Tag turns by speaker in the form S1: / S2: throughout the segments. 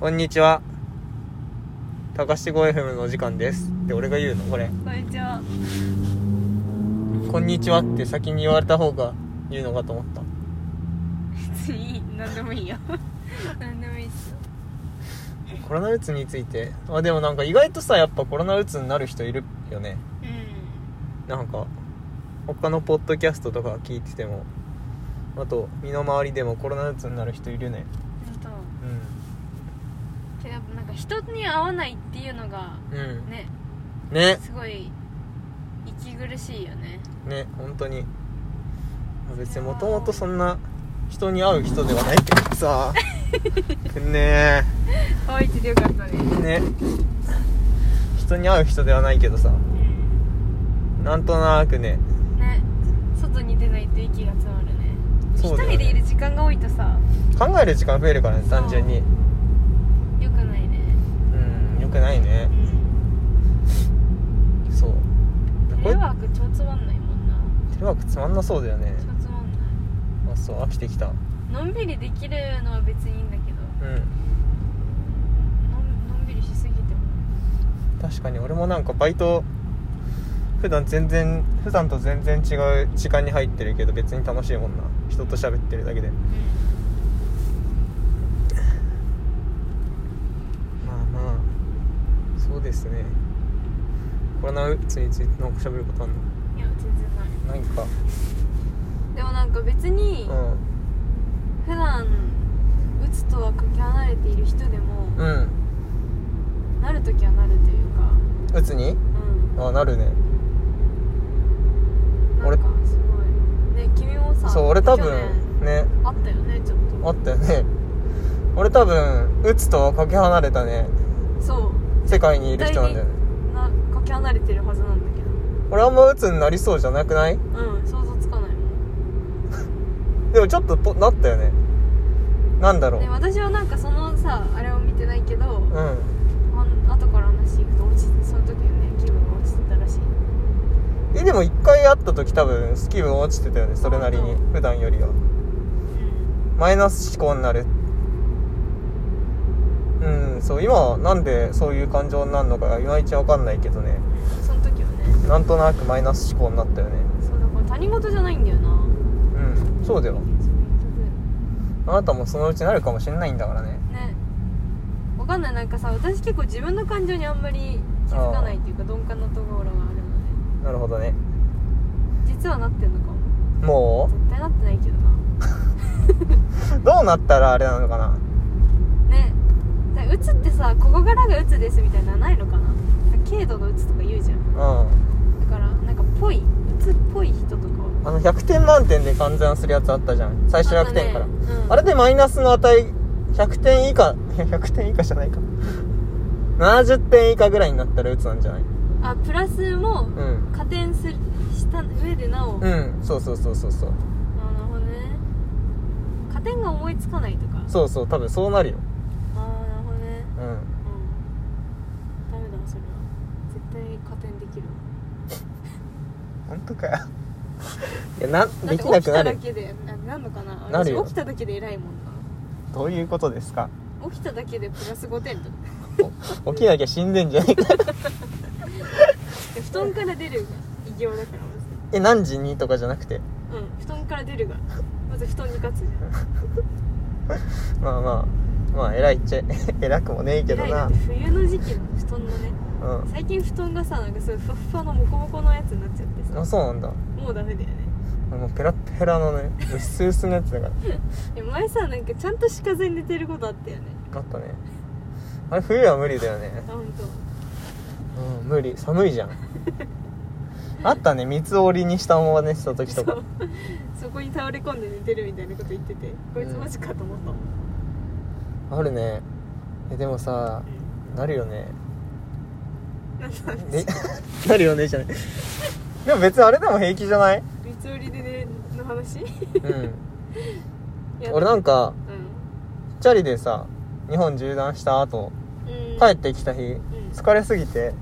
S1: こんにちは。高志5 FM のお時間です。って俺が言うのこれ。
S2: こんにちは。
S1: こんにちはって先に言われた方が言うのかと思った。
S2: 別にいい、なんでも いいよ。なんでもいいっすよ。
S1: コロナウイルスについて。あ、でもなんか意外とさ、やっぱコロナウイルスになる人いるよね。
S2: うん。
S1: なんか、他のポッドキャストとか聞いてても、あと、身の回りでもコロナウイルスになる人いるね。
S2: 本
S1: う
S2: 当。けど、なんか人に会わないっていうのが、
S1: ん。うん。
S2: ね、
S1: ね。
S2: すごい。息苦しいよね。
S1: ね本当に別にもともとそんな人に会う人ではないけどさね
S2: 可愛いっててよかったね。
S1: えね人に会う人ではないけどさ
S2: うん。
S1: なんとなくね
S2: ね。外に出ないと息が詰まるね。一、
S1: そうだよね
S2: 人でいる時間が多いとさ。
S1: 考える時間増えるからね単純に
S2: 良くないね。
S1: うんよくないね
S2: うん。
S1: そう
S2: テレ
S1: れ
S2: ワーク超つまんないもんな。
S1: テレワークつまんなそうだよね
S2: 超つまんない。
S1: あそう飽きてきた
S2: のんびりできるのは別にいいんだけど。
S1: うん
S2: のんのんびりしすぎても。
S1: 確かに俺もなんかバイト普段全然普段と全然違う時間に入ってるけど別に楽しいもんな人と喋ってるだけで
S2: うん。
S1: まあまあそうですねコロナウイルスについてなんか喋ることあんの
S2: いや全然ない
S1: ないか
S2: でもなんか別に
S1: う
S2: 普段打つとはかけ離れている人でも
S1: んうん
S2: なるときはなるというか
S1: うつに
S2: うん
S1: あなるね
S2: なんかすごいね君もさ
S1: そう俺多分
S2: 去
S1: ね
S2: 年あったよねちょっ
S1: あったよね俺多分うつとかけ離れたね
S2: とそ
S1: 世界にいる人なんだよね
S2: うなかけ離れてるはずなんだけ
S1: 俺あんまうつになりそうじゃなくない
S2: どうん想像つかないもん
S1: でもちょっとぽなったよねなんだろう
S2: で私はなんかそのさあれを見てないけど、
S1: うん
S2: あん、後から話聞くと落ちその時はね気分が落ちてたらしい
S1: えでも一回会った時多分スキル落ちてたよねそれなりに
S2: 本
S1: 普段よりは
S2: うん
S1: マイナス思考になるうんそう今はなんでそういう感情になるのかいまいちわかんないけどね
S2: うんその時はね
S1: なんとなくマイナス思考になったよね
S2: そうだから他人事じゃないんだよな
S1: うんそうだよ
S2: そういうこと
S1: あなたもそのうちなるかもしれないんだからね
S2: ねわかんないなんかさ私結構自分の感情にあんまり気づかないっていうか鈍感なところがあるの
S1: なるほどね
S2: で実はなってんのかも
S1: も
S2: 絶対なってないけどな
S1: うどうなったらあれなのかな
S2: ねだうつってさここからがうつですみたいなのないのかな軽度のうつとか言うじゃん
S1: うん
S2: だからなんかぽいうつっぽい人とかは
S1: あの100点満点で換算するやつあったじゃん最初100点からあ,、
S2: あったねうん
S1: れでマイナスの値100点以下 いや100点以下じゃないか70点以下ぐらいになったら鬱なんじゃない
S2: あプラス
S1: う
S2: も
S1: ん
S2: 加点するした上でなお、あ
S1: うんそうそうそうそうそう
S2: なるほどね加点が思いつかないとか
S1: そうそう多分そうなるよ
S2: ああなるほどね
S1: うん
S2: うんダメだわそれは絶対加点できるわ
S1: 本当かよ いやな
S2: だっ
S1: で
S2: て
S1: きな
S2: 起き
S1: くな
S2: ただ
S1: る
S2: けでななんのかな
S1: なるよ
S2: 私起きただけで偉いもんな
S1: どういうことですか
S2: 起きただけでプラス5点 とか
S1: 起きなきゃ死んでんじゃねえ か
S2: 布団から出るが偉業だから
S1: え何時にとかじゃなくて
S2: まずうん布団から出るがまず布団に勝つじゃ
S1: まあまあまあ偉いっちゃ 偉くもねえけ
S2: ん
S1: ど
S2: 偉いな
S1: な
S2: って冬の時期の布団のね
S1: う
S2: 最近布団がさなんかそういうふわっふわのモコモコのやつになっちゃって
S1: ん
S2: さ
S1: あそうなんだ
S2: もうダメだよね
S1: もうペラッペラのねうっすうすのやつだから
S2: でも前さなんかちゃんとかずに寝てることあったよね
S1: あったねあれ冬は無理だよね
S2: あ本当。
S1: うん無理寒いじゃんあったね三つ折りにしたまま寝てた時
S2: そ
S1: とか
S2: うそこに倒れ込んで寝てるみたいなこと言っててこいつマジかと思ったもん、
S1: あるねえでもさなるよね
S2: なんか
S1: で なるよねじゃないでも別にあれでも平気じゃ ない
S2: 三つ折りでねの話
S1: うん
S2: や
S1: 俺なんか
S2: うん
S1: チャリでさ日本縦断した後
S2: うん
S1: 帰ってきた日疲れすぎて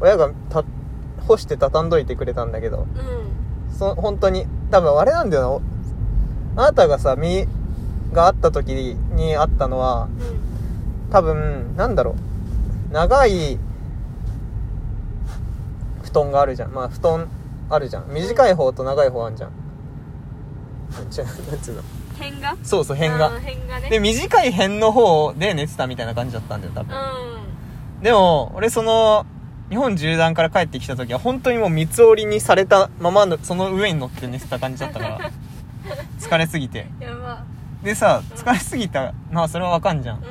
S1: 親がた干して畳んどいてくれたんだけど
S2: うんうん
S1: そ本当に多分あれなんだよなおあなたがさ身があった時にあったのは
S2: うん
S1: 多分なんだろう長い布団があるじゃんまあ布団あるじゃん短い方と長い方あんじゃん違うなんつうの
S2: 変が
S1: そうそう辺が
S2: あー変がね
S1: で短い辺の方で寝てたみたいな感じだったんだよ多
S2: う
S1: 分
S2: ん
S1: でも俺その日本縦断から帰ってきた時は本当にもう三つ折りにされたままのその上に乗って寝てた感じだったから 疲れすぎて
S2: やば
S1: でさ
S2: うん
S1: 疲れすぎたまあそれはわかんじゃん
S2: うん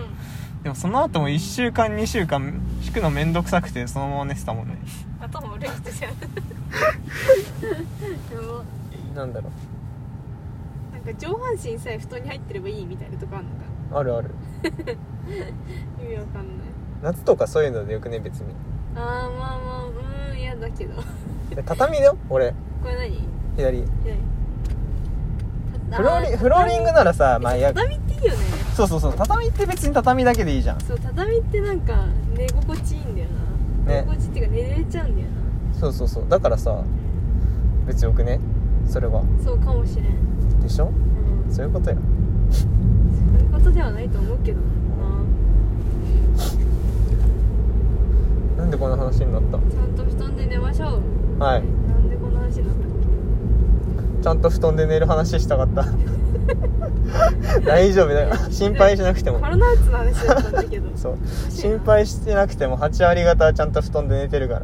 S1: でもその後も1週間2週間引くのめんどくさくてそのまま寝てたもんね
S2: 頭悪くて じゃんやば
S1: なんだろ
S2: なんか上半身さえ布団に入ってればいいみたいなとこあんのか
S1: うあるある
S2: 意味わかんない
S1: 夏とかそういうのでよくね別に
S2: あーまあまあうーん嫌だけどこ
S1: で畳だよ俺
S2: れ何
S1: 左
S2: 何
S1: フローリンフローリングならさまあいや
S2: 畳っていいよね
S1: そうそうそう畳って別に畳だけでいいじゃん
S2: そう畳ってなんか寝心地いいんだよな、
S1: ね
S2: 寝心地っていうか寝れちゃうんだよ
S1: そうそうそうだからさ別によくねそれは
S2: なそうかもしれん、うん、
S1: でしょそういうことよ
S2: そういうことではないと思うけどな
S1: なんでこんな話になった
S2: ちゃんと布団で寝ましょう
S1: はい
S2: なんでこんな話になったっ
S1: ちゃんと布団で寝る話したかった 大丈夫だよ心配しなくて
S2: け
S1: も
S2: 体打つの話だったんだけど
S1: そう心配してなくても8割方はちゃんと布団で寝てる から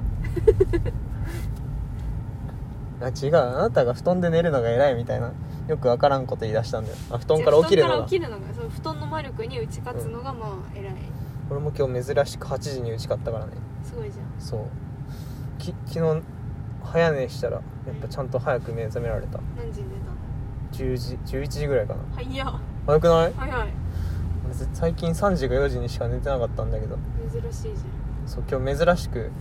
S1: あ違うあなたが布団で寝るのが偉いみたいなよく分からんこと言い出したんだよあ布団から起きる
S2: 布団
S1: の
S2: から
S1: が
S2: 起きるのがそう布団の魔力に打ち勝つのがまあ偉い
S1: 俺も今日珍しく8時に打ち勝ったからね
S2: すごいじゃん
S1: そうき昨日早寝したらやっぱちゃんと早く目覚められた
S2: 何時に寝たの
S1: 10時11時ぐらいかな
S2: 早っ
S1: 早くない
S2: 早い
S1: 俺最近3時か4時にしか寝てなかったんだけど
S2: 珍しいじ
S1: そう今日珍しく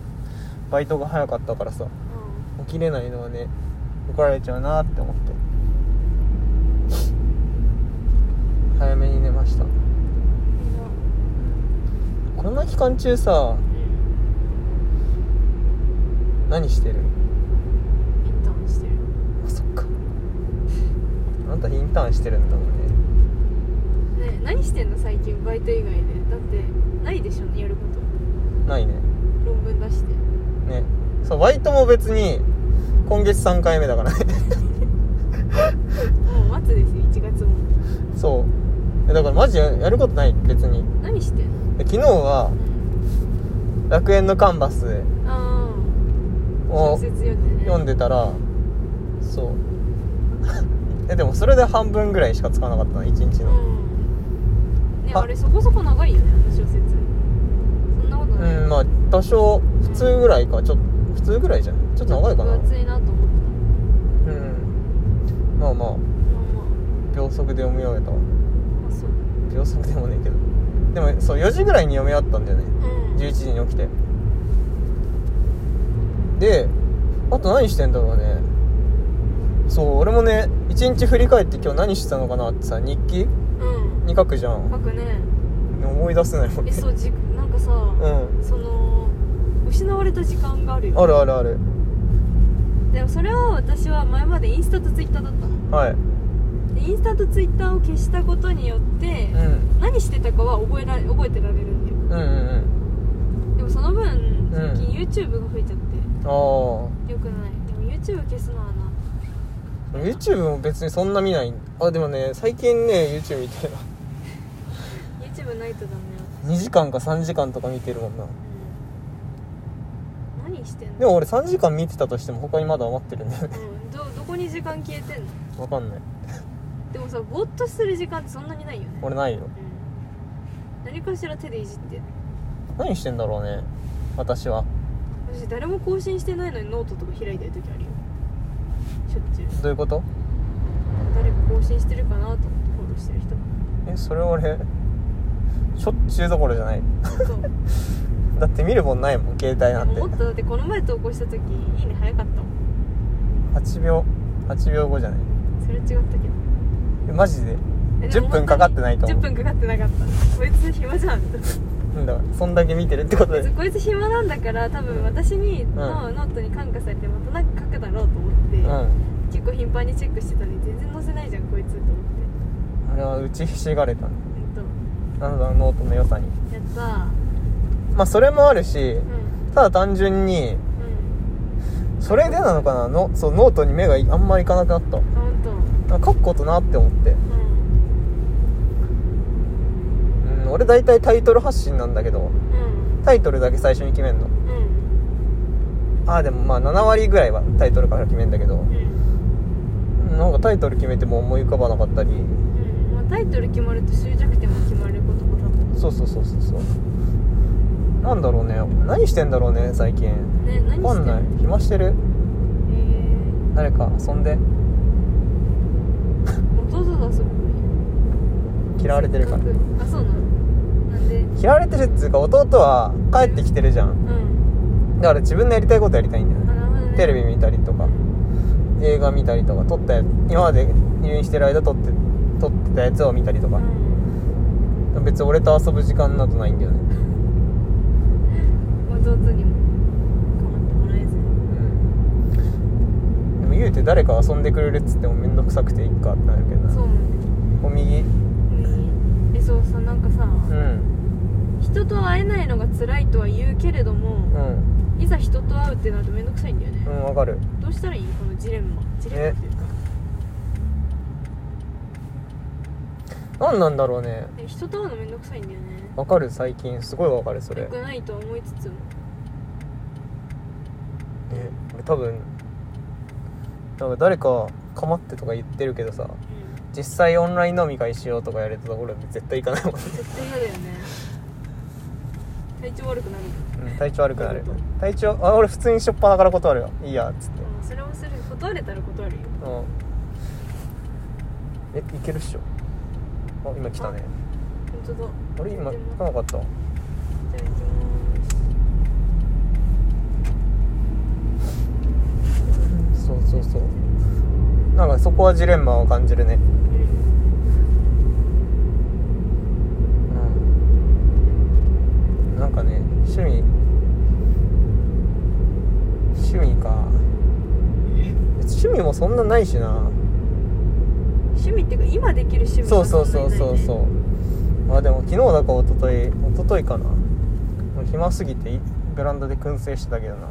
S1: バイトが早かったからさ
S2: ゃんうん
S1: 起きれないのはね怒られちゃうなって思って早めに寝ましたこんな期間中さ
S2: うん
S1: 何してる
S2: インターンしてる
S1: あそっかあんたインターンしてるんだもんね
S2: ね何してんの最近バイト以外でだってないでしょやること
S1: ないね
S2: 論文出して
S1: ねそうバイトも別に今月3回目だからね
S2: もう末ですよ1月も
S1: そうえだからマジややることない別に
S2: 何してんの
S1: で昨日は楽園のカンバス
S2: ああ
S1: を
S2: 小説読んでね
S1: 読んでたらそう えでもそれで半分ぐらいしか使わなかったな一日
S2: う
S1: の
S2: んね
S1: あ
S2: あれそこそこ長いよねあの小説そんなこと
S1: う
S2: ない
S1: んまあ多少普通ぐらいかちょっと普通ぐらいじゃんちょっと長いかな
S2: 分厚いなと思っ
S1: うんまあまあ
S2: たまあま
S1: 秒速で読み終えたわ
S2: ああそう
S1: 秒速でもねえけどでもそう4時ぐらいに読み終わったんだよね
S2: うん
S1: 11時に起きてであと何してんだろうねそう俺もね一日振り返って今日何してたのかなってさ日記
S2: うん
S1: に書くじゃん
S2: 書くね
S1: 思い出せないもんね
S2: えそうじなんかさ、
S1: うん
S2: その失われた時間があるよ
S1: あるあるある
S2: でもそれを私は前までインスタとツイッターだったの
S1: はい
S2: でインスタとツイッターを消したことによって
S1: うんうん
S2: 何してたかは覚えら覚えてられるんだよ
S1: うんうん
S2: でもその分
S1: ん
S2: 最近 YouTube が増えちゃっ
S1: ああ
S2: てよくないでも YouTube 消すのはな
S1: YouTube も別にそんな見ないあでもね最近ね YouTube 見てる
S2: YouTube ないとダメよ、
S1: 2時間か3時間とか見てるもんな
S2: うん、何してんの
S1: でも俺3時間見てたとしても他にまだ余ってるんだよね
S2: うん、どどこに時間消えてんの
S1: わかんない
S2: でもさぼーっとする時間ってそんなにないよね、
S1: 俺ないよ
S2: うん、何かしら手でいじってる
S1: 何してんだろうね私は
S2: 私誰も更新してないのにノートとか開いてる時あるよしょっちゅう
S1: どういうこと
S2: 誰か更新してるかなと思ってフォローしてる人
S1: えそれ俺しょっちゅうどころじゃない
S2: そう
S1: だって見るもんないもん携帯
S2: で
S1: なんて
S2: ももっとだってこの前投稿した時いいね早かったもん
S1: 8秒8秒後じゃない
S2: それは違ったけど
S1: えマジで
S2: えでも
S1: 10分かかってないと思う
S2: 10分かかってなかったこいつ暇じゃん
S1: なんだからそんだけ見てるってことで
S2: こいつ暇なんだから多分私にの、ノートに感化されてまたなんか書くだろうと思って、
S1: うん
S2: 結構頻繁にチェックしてたのに全然載せないじゃんこいつと思って
S1: あれは打ちひしがれたね
S2: えっと
S1: なんだろうノートの良さに
S2: やったー
S1: まあそれもあるし
S2: うん
S1: ただ単純にそれでなのかなのそうノートに目がいあんまりいかなくなった
S2: うんあ本当
S1: なんか書くことなって思って、
S2: うん
S1: うん、俺大体タイトル発信なんだけどタイトルだけ最初に決めんの
S2: うんうん
S1: ああでもまあ7割ぐらいはタイトルから決めんだけど
S2: うん
S1: なんかタイトル決めても思い浮かばなかったり
S2: うんまあタイトル決まると終着点も決まることも多分
S1: そうそうそうそうそうなんだろうね何してんだろうね最近
S2: ね何してんの
S1: わかんない暇してる
S2: え
S1: 誰か遊んで
S2: ー、弟だそこに
S1: 嫌われてるから
S2: せっくあそうなのなんで
S1: 嫌われてるっつうか弟は帰ってきてるじゃん
S2: うん
S1: だから自分のやりたいことやりたいんだよね
S2: あなるほどね
S1: テレビ見たりと
S2: う
S1: か
S2: ん
S1: 映画見たりとか撮ったや今まで入院してる間撮って撮ってたやつを見たりと
S2: う
S1: か
S2: ん
S1: 別に俺と遊ぶ時間などないんだよね
S2: 弟にも構ってもらえず
S1: うんでも言うて誰か遊んでくれるっつっても面倒くさくていっかってなるけど
S2: そう
S1: な
S2: なん
S1: お右
S2: だよねえそうさなんかさ、
S1: うん
S2: 人と会えないのが辛いとは言うけれど
S1: う
S2: も、
S1: ん
S2: いざ人と会うってなると面倒くさいんだよね
S1: う、んわかる
S2: どうしたらいいこのジレンマジレンマっていうか、
S1: 何なんだろうね
S2: え人と会うの面倒くさいんだよね
S1: わかる最近すごいわかるそれ
S2: よくないとは思いつつも
S1: え俺多分なんか誰か構ってとか言ってるけどさ
S2: うん
S1: 実際オンライン飲み会しようとかやれたところで絶対行かないもんね、
S2: 絶対嫌だよね体調悪くなるよ
S1: うん、体調悪くなる
S2: そういうこ
S1: 体調あ俺普通にしょっぱなから断るよいいやっつって
S2: うんそれもする断れたら断るよ
S1: うんえいけるっしょあ今来たね
S2: 本当だ
S1: あれ今
S2: で
S1: 来
S2: も
S1: なかった
S2: いただきます
S1: そうそうそうなんかそこはジレンマを感じるね
S2: うん
S1: うんなんかね趣味趣味か別に趣味もそんなないしな
S2: 趣味っていうか今できる趣味
S1: そう
S2: が
S1: そう
S2: そ
S1: そう
S2: んなにない
S1: そ
S2: ね
S1: うそうあでも昨日だか一昨日一昨日かなもう暇すぎていベランダで燻製してたけどな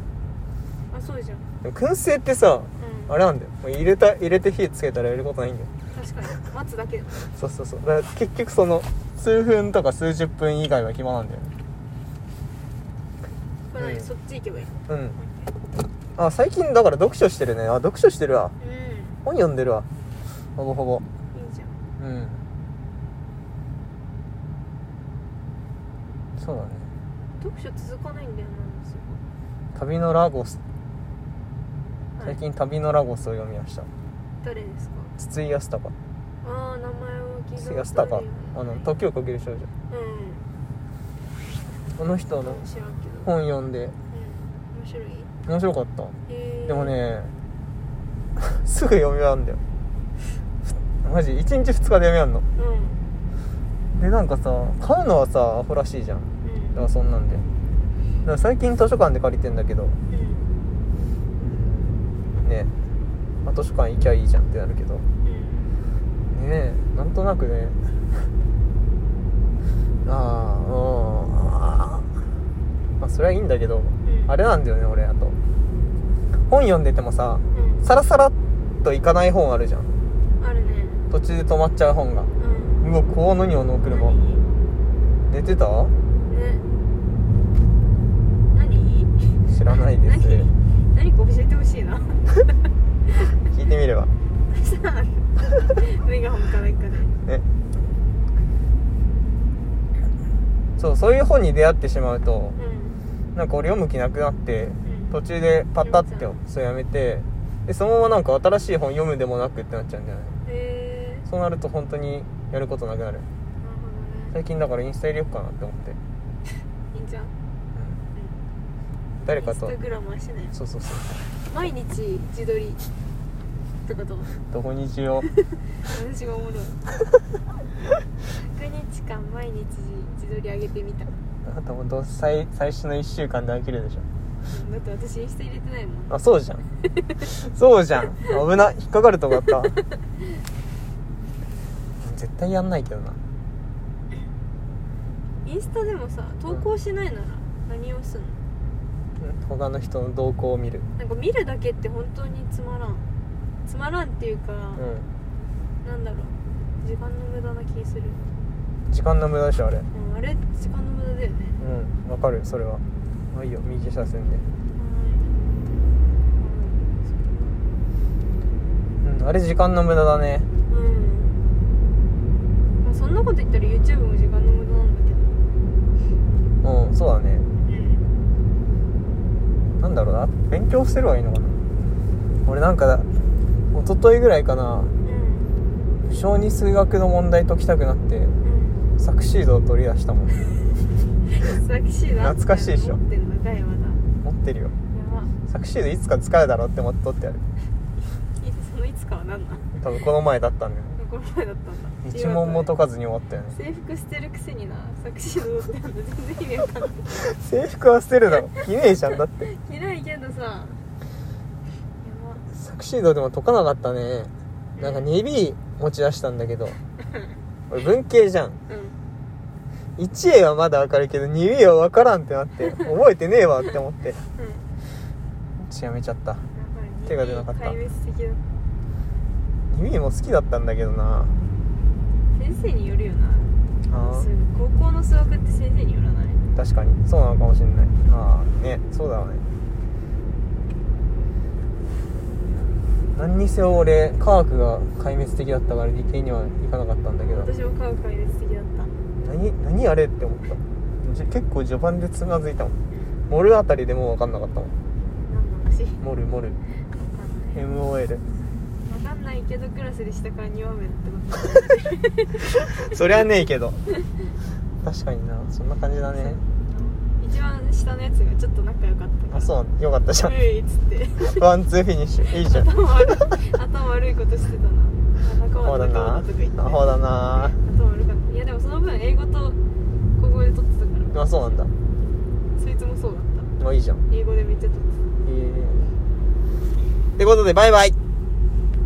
S2: あそうじゃん
S1: でも燻製ってさ
S2: うん
S1: あれなんだよもう入れた入れて火つけたらやることないんだよ
S2: 確かに待つだけだ
S1: そうそうそうだから結局その数分とか数十分以外は暇なんだよね
S2: これ何、
S1: うん
S2: そっち行けばいい
S1: うんあ最近だから読書してるねあ読書してるわ
S2: うんい
S1: 本読んでるわほぼほぼ
S2: いじゃん
S1: うんそうだね
S2: 読書続かないんだよなす
S1: 旅のラゴス
S2: ごい
S1: 最近旅のラゴスを読みました
S2: 誰ですか
S1: 筒井康隆
S2: ああ名前を聞いた
S1: 筒井
S2: こと
S1: 康隆あ
S2: あるよ
S1: の時をかける少女
S2: うん
S1: この人の
S2: 知らんけど
S1: 本読んで
S2: うん面白い
S1: 面白かった
S2: へー
S1: でもね すぐ読み終わるんだよマジ1日2日で読み終わんの
S2: うんうん
S1: でなんかさ買うのはさアホらしいじゃんだからそんなんでだから最近図書館で借りてんだけど
S2: うん
S1: ねまあ図書館行きゃいいじゃんってなるけどね
S2: うん
S1: えなんとなくね あーうんあーまあそれはいいんだけど
S2: うん
S1: あれなんだよね俺あと本読んでてもさ
S2: うん
S1: サラサラっといかない本あるじゃん
S2: あるね
S1: 途中で止まっちゃう本が
S2: うん
S1: うわこうのにあの車
S2: 何
S1: 寝てた
S2: ね何
S1: 知らないです
S2: 何何か教えてほしいな
S1: 聞いてみれば
S2: さあ目が本かないかで
S1: ねそうそういう本に出会ってしまうと
S2: うん
S1: なんか俺読む気なくなって
S2: うん
S1: 途中でパタッて
S2: やめちゃ
S1: そうやめてでそのままなんか新しい本読むでもなくってなっちゃうんだよね
S2: へえ
S1: そうなると本当にやることなくなる
S2: なるほどね
S1: 最近だからインスタ入れようかなって思って、
S2: いいんじゃん
S1: うん
S2: うん
S1: 誰かと
S2: インスタグラマーしてね
S1: そうそうそう
S2: 毎日自撮りってこと
S1: どこにしよ
S2: 私がおも ろい100日間毎日自撮り上げてみただ
S1: う あともうどう最最初の1週間で飽きるでしょ
S2: って私インスタ入れてないもん
S1: あそうじゃんそうじゃん危ない引っかかるとこあった絶対やんないけどな
S2: インスタでもさ投稿しないなら何をすんの
S1: 他の人の動向を見る
S2: なんか見るだけって本当につまらんつまらんっていうか、
S1: うん
S2: なんだろう時間の無駄な気する、
S1: 時間の無駄でしょあれ
S2: うん、あれ時間の無駄だよね
S1: うんわかるそれはまあいいよ右車線で、
S2: は
S1: うん、あれ時間の無駄だね
S2: ーいうん、まあ、そんなこと言ったら YouTube も時間の無駄なんだけど
S1: うんそうだね
S2: うん
S1: なんだろうな勉強してればいいのかな俺なんか一昨日ぐらいかな
S2: うん
S1: 不詳に数学の問題解きたくなって
S2: うん
S1: サクシードを取り出したもん
S2: 懐かしいな
S1: 懐かしいでしょ
S2: 持ってんのかいまだ
S1: 持ってるよ
S2: やば
S1: サクシードいつか使えるだろうって思って取ってある
S2: いそのいつかは何なん
S1: 多分この前だったんだよね
S2: この前だったんだ
S1: 一問も解かずに終わった よね
S2: 制服捨てるくせにな作詞のってあんの全然意味わかんない
S1: 制服は捨てるだろきれいじゃんだって
S2: 着ないけどさや
S1: サクシードでも解かなかったね
S2: ば
S1: なんか 2B 持ち出したんだけど俺文系じゃん
S2: うん
S1: 1A はまだわかるけど 2B は分からんってなって覚えてねえわって思って
S2: うん
S1: ちやめちゃった手
S2: 手
S1: が
S2: が
S1: 出
S2: 出
S1: なか
S2: なか
S1: っ
S2: ったた壊滅的だ
S1: 2B も好きだったんだけどな
S2: 先生によるよな
S1: あ
S2: そう高校の数学って先生によらない
S1: ー確かにそうなのかもしれないああねそうだわね何にせよ俺科学が壊滅的だったから理系には行かなかったんだけど
S2: 私も科学壊滅的だった
S1: 何何あれって思ったじ結構序盤でつまずいたもんモルあたりでもう分かんなかったもん
S2: 何の話わ
S1: モルモル
S2: かんない
S1: MOL
S2: わかんないけどクラスで下から2番目だってこ
S1: そりゃねえけど確かになそんな感じだね
S2: と一番下のやつがちょっと仲良かったから
S1: あそうよかったじゃ
S2: うんいっつって
S1: ワンツーフィニッシュいいじゃん
S2: 頭悪い頭悪いことしてたなあ仲
S1: ほう
S2: 間
S1: だ
S2: だ仲間
S1: な
S2: だとか言って
S1: あほうだな
S2: 頭悪かったいやでもその分英語と国語で取ってたから
S1: あそうなんだ
S2: そいつもそうだっ
S1: まあいいじゃん
S2: た英語でめっちゃ取ってた
S1: ええってことでバイバイ